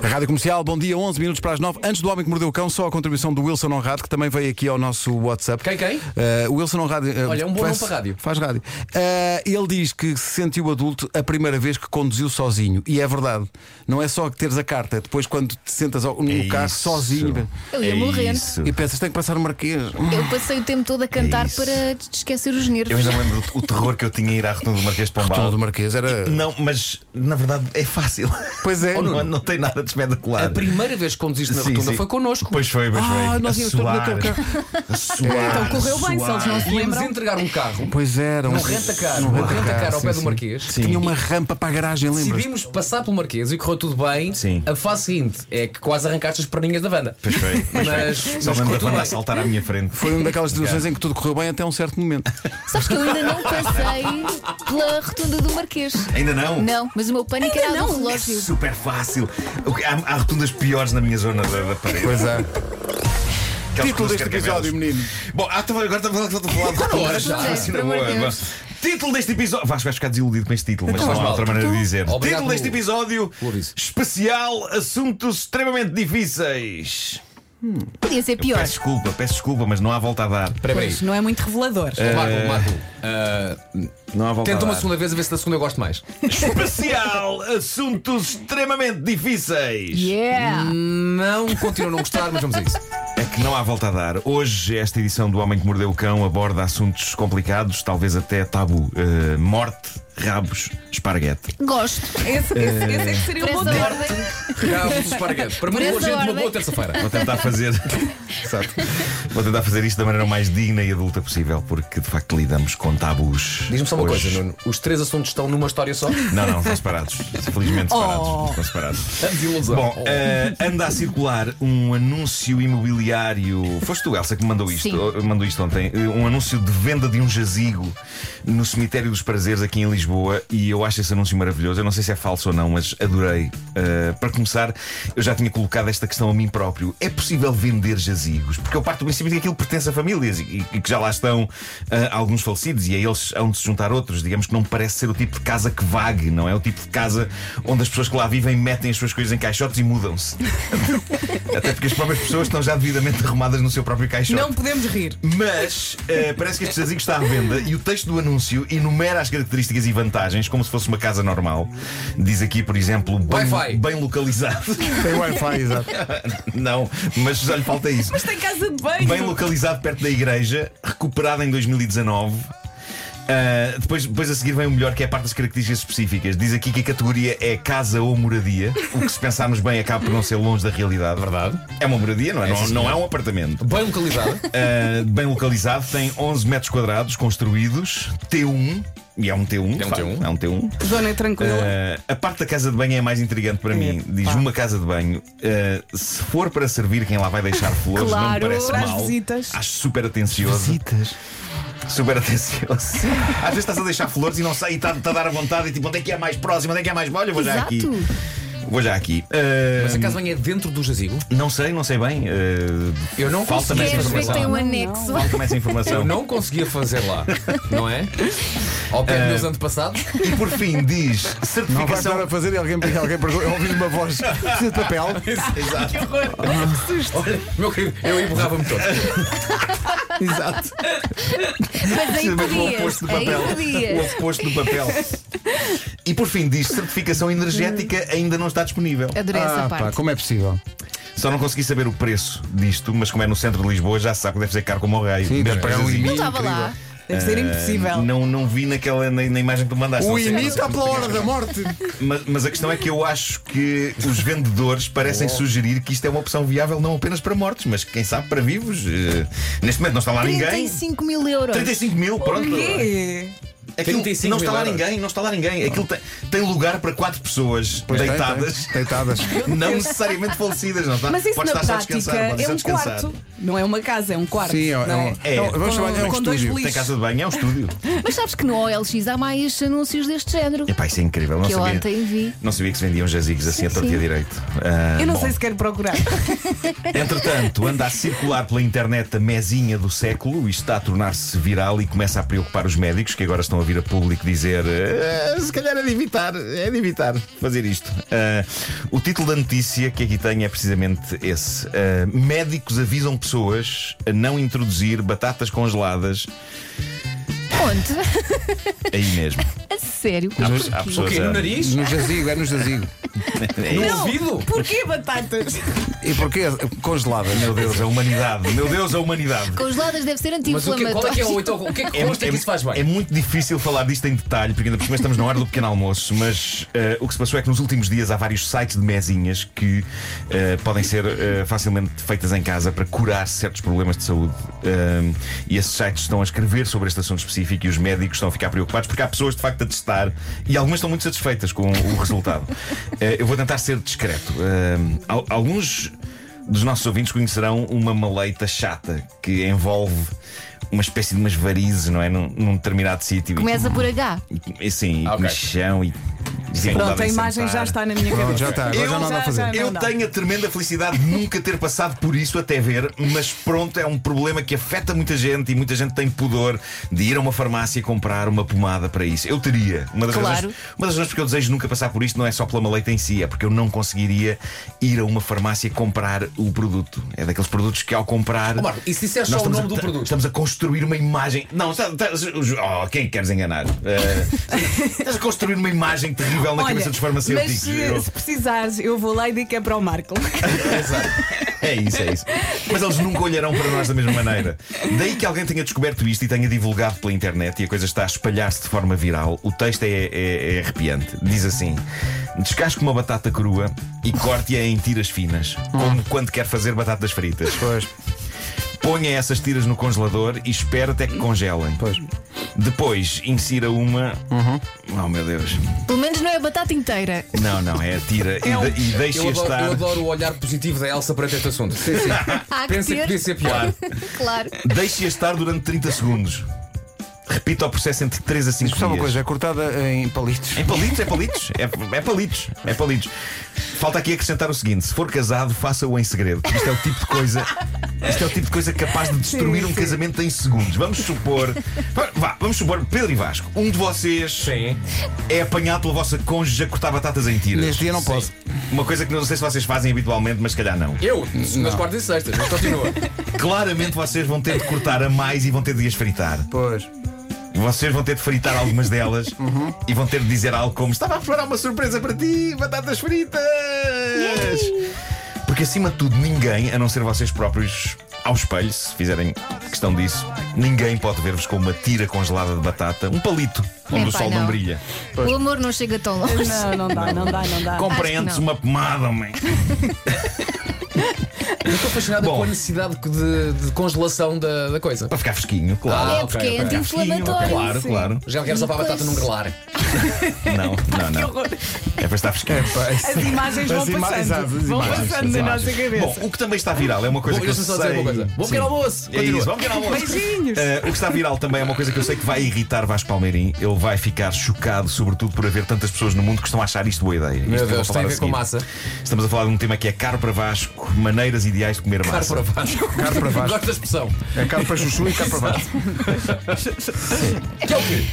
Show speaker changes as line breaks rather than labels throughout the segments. Rádio Comercial, bom dia, 11 minutos para as 9. Antes do Homem que Mordeu o Cão, só a contribuição do Wilson Honrado, que também veio aqui ao nosso WhatsApp.
Quem, quem?
Eh, o Wilson Honrado. eh,
Olha, é um bom nome
faz-
para rádio.
Faz rádio. Eh, ele diz que se sentiu adulto a primeira vez que conduziu sozinho. E é verdade. Não é só que teres a carta, depois quando te sentas ao- no carro um sozinho
Eu ia
é
morrer.
Isso.
e pensas, tenho que passar o Marquês.
Eu passei o tempo todo a cantar
isso.
para te esquecer os
Eu
nervos.
ainda me lembro o terror que eu tinha em ir à Rotunda do Marquês de
Tudo
Pombal.
do Marquês era.
Não, mas na verdade é fácil.
Pois é.
Não, não tem nada de espetacular.
A primeira vez que conduziste na
Sim,
rotunda
sim.
foi connosco.
Pois foi, pois
Ah,
foi.
nós
a
íamos todos
suar,
naquele
a suar,
Então correu
suar.
bem, se eles não se
Íamos
lembram.
entregar um carro,
Pois era.
um
um-
renta-car,
num
um renta-car ao
sim,
pé do
sim.
Marquês.
Sim. Tinha uma rampa para a garagem, lembras?
Decidimos passar pelo Marquês e correu tudo bem.
Sim.
A fase seguinte é que quase arrancaste as perninhas da banda.
Pois foi, pois
Mas-
foi. Só
mas correu
me lembro da
tudo
banda a
bem.
saltar à minha frente.
Foi uma daquelas situações em que tudo correu bem até um certo momento.
Sabes que eu ainda não passei pela rotunda do Marquês.
Ainda não? É
Não, mas o meu pânico
Ainda
era a do
não.
relógio.
Super fácil. O que- Há, há rotundas piores na minha zona da, da parede.
Pois é.
Aquelas
Título
rotundas
deste episódio,
carcavelos.
menino.
Bom, ah, então agora estamos a falar de
hora
rotundas.
já.
Ah, sim,
Pelo
boa,
amor de
boa. Título deste episódio. Vasco vais ficar desiludido com este título, mas
Então,
não há
faz
outra
mal.
maneira de dizer.
Obrigado
Título
pelo-
deste episódio:
pelo aviso.
Especial Assuntos Extremamente Difíceis.
Podia ser pior.
Peço desculpa, peço desculpa, mas não há volta a dar.
Espera aí.
Pois, não é muito revelador.
Marco, Marco. ah,
Não há volta
tenta
a
uma
dar.
segunda vez a ver se da segunda eu gosto mais.
Especial Assuntos Extremamente Difíceis.
Yeah!
Hum. Não continuo a não gostar, mas vamos a isso.
É que não há volta a dar. Hoje, esta edição do Homem que Mordeu o Cão aborda assuntos complicados, talvez até tabu. Eh, morte, rabos, esparguete.
Gosto.
Esse, esse, esse é que seria
Por
um bom
essa
tema.
ordem.
Ramos dos Esparguete. Para
Por
mim,
essa
hoje é uma
ordem.
boa terça-feira.
Vou tentar fazer. Exato. Vou tentar fazer isto da maneira mais digna e adulta possível, porque de facto lidamos com tabus.
Diz-me só uma
hoje.
coisa, Nuno. Os três assuntos estão numa história só?
Não, não, estão separados. Felizmente
Oh.
separados. Estão separados.
A desilusão.
Bom,
Oh.
eh, anda a circular um anúncio imobiliário. Foste tu, Elsa, que me mandou isto,
Sim.
oh, mandou isto ontem. Eh, Um anúncio de venda de um jazigo no Cemitério dos Prazeres, aqui em Lisboa. E eu acho esse anúncio maravilhoso. Eu não sei se é falso ou não, mas adorei. Eh, para começar, eu já tinha colocado esta questão a mim próprio. É possível vender jazigos? Porque eu parto do princípio de que aquilo pertence a famílias e, e que já lá estão eh, alguns falecidos e a eles hão de se juntar outros. Digamos que não parece ser o tipo de casa que vague, não é? O tipo de casa onde as pessoas que lá vivem metem as suas coisas em caixotes e mudam-se. Até porque as próprias pessoas estão já devidamente arrumadas no seu próprio caixote.
Não podemos rir.
Mas eh, parece que este jazigo está à venda e o texto do anúncio enumera as características e vantagens como se fosse uma casa normal. Diz aqui, por exemplo,
Wi-Fi.
bem, bem localizado.
Tem Wi-Fi, exato.
Não, mas já lhe falta isso.
Mas tem é casa de banho.
Bem localizado perto da igreja, recuperada em 2019. Ah, depois, depois a seguir vem o melhor, que é a parte das características específicas. Diz aqui que a categoria é casa ou moradia, o que se pensarmos bem acaba por não ser longe da realidade,
Verdade.
É uma moradia, não é? não, não é um apartamento.
Bem localizada.
Uh, bem localizado, tem 11 metros quadrados construídos, T1, e é um T1, de
um
facto,
T1.
é um T1. Uh,
Zona tranquila.
a parte da casa de banho é a mais intrigante para mim. Diz uma casa de banho. uh, se for para servir quem lá vai deixar flores, não me
Claro,
parece
para as
mal.
visitas.
Acho super atencioso.
Visitas.
Super atencioso. Às vezes estás a deixar flores e não sei, e está está a dar a vontade, e tipo, onde é que é mais próximo, onde é que é mais. Olha, vou já aqui.
Exato.
Vou já aqui. Uh,
Mas a casa bem é dentro do jazigo?
Não sei, não sei bem. Uh,
Eu não
Falta-me
conseguia
essa
Queres ver que
informação.
tem um
Não,
anexo?
Falta-me essa informação.
Eu não conseguia fazer lá, não é? Ao pé dos meus
Eh,
antepassados.
E por fim diz
Não vais
certificação.
estar a fazer e alguém, alguém pergunta. Eu ouvi uma voz. Precisa de papel?
Que horror.
Meu querido, eu emborrava-me todo.
Exato.
Mas
Precisamente
aí
o
podias.
oposto do papel.
Aí
O
podias.
oposto do papel. E por fim diz certificação energética ainda não está disponível.
Adorei essa
Ah, pá,
parte.
como é possível?
Só não consegui saber o preço disto, mas como é no centro de Lisboa já se sabe que deve ser caro como o raio.
Sim,
Mesmo
deve
para
ser um
jazigo.
Não
limite.
estava lá.
Deve ser
Ah,
impossível.
Não, não vi naquela, na, na imagem que tu mandaste.
O
não sei- é
IMI está pela hora da morte.
Mas, mas a questão é que eu acho que os vendedores
Oh.
parecem sugerir que isto é uma opção viável não apenas para mortos, mas quem sabe para vivos. Eh, neste momento não está lá ninguém.
35 mil euros.
35 mil, pronto.
Quê?
Aquilo
35
É não está
mil
lá
euros.
ninguém, não está lá ninguém. Aquilo tem, tem lugar para quatro pessoas
Pois tem,
deitadas,
tem. Deitadas.
não necessariamente falecidas. Não está?
Mas isso
pode
na
estar só a descansar,
prática
pode
é
só
um
descansar.
quarto. Não é uma casa, é um quarto.
Sim, é,
não
é um-
é.
Então, vamos
Com-
chamar-lhe um
com dois
estúdio.
boliches.
Tem casa de banho, é um estúdio.
Mas sabes que no OLX há mais anúncios deste género.
Epá, isso é incrível. Não
Que eu
sabia,
ontem vi.
não sabia que se vendiam jazigos assim a torto e a
sim.
direito. Ah,
Eu não
bom.
sei se quero procurar.
Entretanto, anda a circular pela internet a mesinha do século. Isto está a tornar-se viral e começa a preocupar os médicos que agora estão estão a vir a público dizer "Ah, se calhar é de evitar, é de evitar fazer isto. Ah, o título da notícia que aqui tenho é precisamente esse: Ah, Médicos avisam pessoas a não introduzir batatas congeladas
Onde?
aí mesmo.
A sério?
Há-
Mas
há
porquê?
pessoas-
O quê? No nariz?
No jazigo, é no jazigo.
É
No
isso.
ouvido?
Porquê batatas?
E porquê? Congelada.
Meu Deus, a humanidade! Meu Deus, a humanidade!
Congeladas deve ser
Mas o que, qual é que é o
anti-inflamatório.
então? O que é que
É,
consta
é-
que isso faz
é
bem?
muito difícil falar disto em detalhe, porque ainda por cima estamos na hora do pequeno almoço, mas eh, o que se passou é que nos últimos dias há vários sites de mesinhas que eh, podem ser eh, facilmente feitas em casa para curar certos problemas de saúde. Ahm, e esses sites estão a escrever sobre este assunto específico e os médicos estão a ficar preocupados porque há pessoas de facto a testar e algumas estão muito satisfeitas com o resultado. Eh, eu vou tentar ser discreto. Ahm, al- alguns dos nossos ouvintes conhecerão uma maleita chata que envolve uma espécie de umas varizes, não é? Num, num determinado sítio.
Começa por H.
E- e- Sim, e
Ah, ok.
comichão e. dificuldade
Pronto, a
em
imagem já
sentar.
está na minha
Pronto,
cabeça.
já está, agora
Eu-
já não dá a fazer.
já, já.
Eu
Não dá.
tenho a tremenda felicidade de nunca ter passado por isso até ver, mas pronto, é um problema que afeta muita gente e muita gente tem pudor de ir a uma farmácia e comprar uma pomada para isso. Eu teria. Uma das,
Claro.
razões, uma das razões porque eu desejo nunca passar por isto não é só pela maleita em si, é porque eu não conseguiria ir a uma farmácia comprar o produto. É daqueles produtos que ao comprar.
Ó, Marco, e se disseres
nós
só o
estamos
nome
a-
do produto?
Estamos a construir uma imagem. Não, está, está- oh, quem queres enganar? Eh, estás a construir uma imagem terrível na cabeça dos farmacêuticos.
mas eh, se,
Eu-
se precisares, eu vou lá e digo que é para o Marco.
É isso, é isso. Mas eles nunca olharão para nós da mesma maneira. Daí que alguém tenha descoberto isto e tenha divulgado pela internet e a coisa está a espalhar-se de forma viral. O texto é, é- é arrepiante. Diz assim: descasque uma batata crua e corte-a em tiras finas, como quando quer fazer batatas fritas.
Pois,
Ponha essas tiras no congelador e espere até que congelem.
pois. Uhum.
Depois, insira uma. Oh meu Deus.
Pelo menos não é a batata inteira.
Não, não, é a tira. E,
É um-
de- e
Eu
deixe-a
adoro,
estar.
eu adoro o olhar positivo da Elsa perante este assunto. Sim, sim.
Há que
Pensa que podia
ter,
ser pior.
claro.
Deixe-a estar durante 30 segundos. Repita o processo entre 3 a 5
Diz-me só
dias.
uma coisa, é cortada em palitos.
É palitos, é palitos. É, é palitos, é palitos. Falta aqui acrescentar o seguinte: se for casado, faça-o em segredo. Isto é o tipo de coisa. Isto é o tipo de coisa capaz de destruir um casamento em segundos. Vamos supor. vá, Vá, vamos supor, Pedro e Vasco, um de vocês
Sim.
é apanhado pela vossa cônjuge a cortar batatas em tiras.
Neste dia não
Sim.
posso.
Uma coisa que não sei se vocês fazem habitualmente, mas se calhar não.
Eu, nas quartas e sextas, mas continua.
Claramente vocês vão ter de cortar a mais e vão ter de as fritar.
Pois.
Vocês vão ter de fritar algumas delas
Uhum.
e vão ter de dizer algo como: Estava a preparar uma surpresa para ti, batatas fritas! Porque acima de tudo, ninguém, a não ser vocês próprios, ao espelho, se fizerem questão disso, ninguém pode ver-vos com uma tira congelada de batata, um palito, onde o
Epá,
sol não,
não.
brilha.
O amor não chega tão longe.
Não, não dá, não dá, não dá.
Comprem antes
não.
uma pomada, homem.
Eu estou fascinado
Bom.
com a necessidade de, de congelação da, da coisa.
para ficar fresquinho, claro.
Ah,
É porque
ok,
é
ok.
Fresquinho,
anti-inflamatório.
Claro, claro.
Já quero só para a batata não grelar.
é Não, não,
Que
não.
horror.
É para estar fresquinho.
As imagens
As
vão
ima-
passando.
exato, as
Vão
imagens,
passando na
Imagens.
nossa cabeça.
Bom, o que também está viral é uma coisa
Bom,
que eu
deixa-me só dizer
sei.
uma coisa. Bom
Sim.
pequeno almoço.
É
Continua.
isso, bom pequeno almoço.
Beijinhos.
Eh, o que está viral também é uma coisa que eu sei que vai irritar Vasco Palmeirim. Ele vai ficar chocado, sobretudo por haver tantas pessoas no mundo que estão a achar isto boa ideia. Isto que
Meu
eu vou
Deus,
falar
tem
assim.
a ver com
seguir.
massa.
Estamos a falar de um tema que é caro para Vasco, maneiras ideais de comer
Caro
massa.
para baixo.
Caro para baixo.
Gosto da expressão.
Hum.
É caro para chuchu e caro para baixo.
Que é o quê?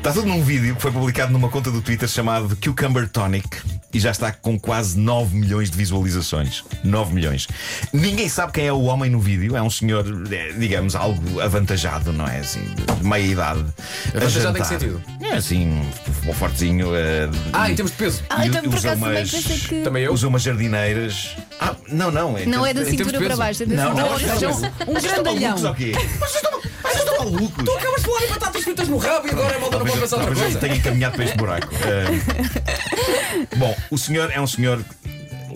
Está tudo num vídeo que foi publicado numa conta do Twitter chamado Cucumber Tonic e já está com quase 9 milhões de visualizações. 9 milhões. Ninguém sabe quem é o homem no vídeo. É um senhor, eh, digamos, algo avantajado, não é? Assim, de meia idade.
Avantajado
a
em que
jantar.
sentido?
É assim, um fortezinho. eh,
Ah, em termos de peso.
Ah,
e
então por
usa
acaso também
umas-
pensei que.
Também eu.
Usa umas jardineiras. Ah, não, não. é-
Não é da
Em termos de
cintura para
peso?
baixo, é da
Não,
cintura
não,
para
não.
baixo.
Um
Vocês estão
grandalhão.
malucos ou quê? Vocês estão- vocês estão malucos?
Acabas de falar em batatas fritas no rabo e agora a malta não pode
Talvez,
pensar outra
talvez ele
coisa.
tenha encaminhado para este buraco. Ah, bom, o senhor é um senhor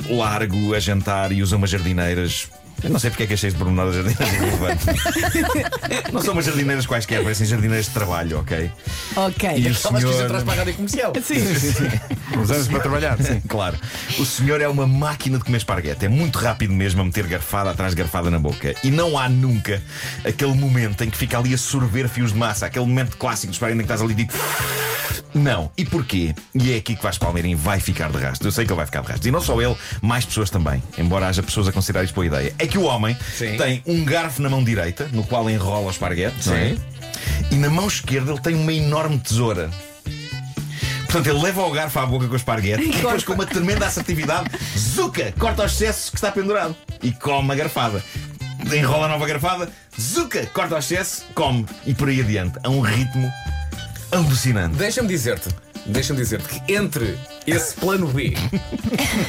largo a jantar e usa umas jardineiras. Eu não sei porque é que achei este pormenor das jardineiras relevante. não são umas jardineiras quaisquer, parecem jardineiras de trabalho, ok?
Ok.
o
Estavas que isso atrás para a rádio comercial.
É assim.
Usamos para trabalhar, sim.
Claro. O senhor é uma máquina de comer esparguete. É muito rápido mesmo a meter garfada atrás de garfada na boca. E não há nunca aquele momento em que fica ali a sorver fios de massa. Aquele momento clássico do esparguete em que estás ali tipo... Não. E porquê? E é aqui que Vasco Palmeirim vai ficar de rastro. Eu sei que ele vai ficar de rastro. E não só ele, mais pessoas também. Embora haja pessoas a considerar isto boa ideia. É que o homem
Sim.
tem um garfo na mão direita, no qual enrola o esparguete, não é?
Sim.
E na mão esquerda ele tem uma enorme tesoura. Portanto, ele leva o garfo à boca com o esparguete e depois, com uma tremenda assertividade, zuca, corta o excesso que está pendurado e come a garfada. Enrola a nova garfada, zuca, corta o excesso, come e por aí adiante. A um ritmo alucinante.
Deixa-me dizer-te, deixa-me dizer-te que entre esse plano B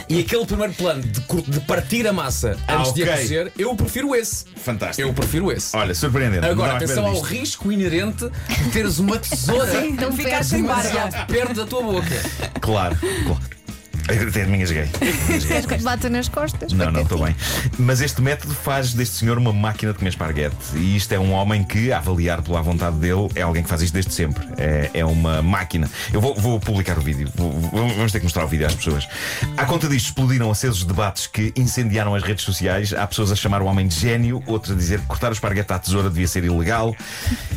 e aquele primeiro plano de, cur- de partir a massa
Ah,
antes de
ok.
a cozer, eu prefiro esse.
Fantástico.
Eu prefiro esse.
Olha, surpreendente. Não
Agora,
estava à espera
atenção ao
disto.
risco inerente de teres uma tesoura
Então
Tão
ficar
perto,
sem barba.
demasiado perto da tua boca.
Claro, claro. Até me engasguei.
Queres que te bata nas costas?
Não, não, estou bem. Mas este método faz deste senhor uma máquina de comer esparguete. E isto é um homem que, a avaliar pela vontade dele, é alguém que faz isto desde sempre. É, é uma máquina. Eu vou, vou publicar o vídeo. Vou- vou- vamos ter que mostrar o vídeo às pessoas. À conta disto, explodiram acesos debates que incendiaram as redes sociais. Há pessoas a chamar o homem de gênio, outros a dizer que cortar o esparguete à tesoura devia ser ilegal.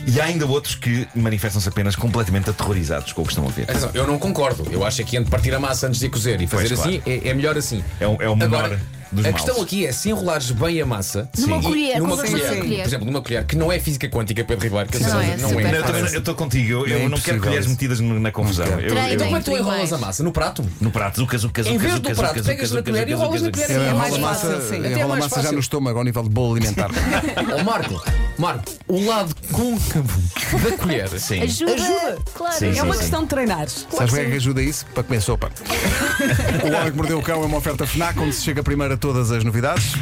E há ainda outros que manifestam-se apenas completamente aterrorizados com o que estão a ver.
Atenção, eu não concordo. Eu acho que entre partir a massa antes de a cozer e fazer
Pois,
assim é, é melhor assim.
É o- é o menor
Agora,
dos
A
males.
questão aqui é se enrolares bem a massa.
Numa
e-
colher,
numa
como se fosse uma
colher,
colher.
Por exemplo, numa colher que não é física quântica, Pedro Ribeiro, que a
Não
sensação
é, super
Não, eu
fácil.
também não- eu estou contigo.
É
Eu, eu não quero
impossível
colheres
isso.
metidas no- na confusão.
Não quero.
Eu- eu-
Então, como é que tu
Tem
enrolas
mais.
a massa? No prato?
No prato, zuca, zuca, zuca,
Em vez
zuca,
do prato,
zuca,
pegas
zuca,
na colher
zuca,
e
zuca,
rolas na
zuca,
colher.
É
Enrola
mais
a
fácil, sim.
massa,
Até é
enrola a
mais
massa já
fácil.
no estômago, ao nível de bolo alimentar.
Ó Marco, Marco, o lado côncavo da colher.
Sim.
Ajuda.
Ajuda.
Claro.
Sim,
É uma
sim.
questão de treinares.
Sabes bem que ajuda isso? Para comer sopa. o Homem que Mordeu o Cão é uma oferta FNAC, onde se chega primeiro a todas as novidades.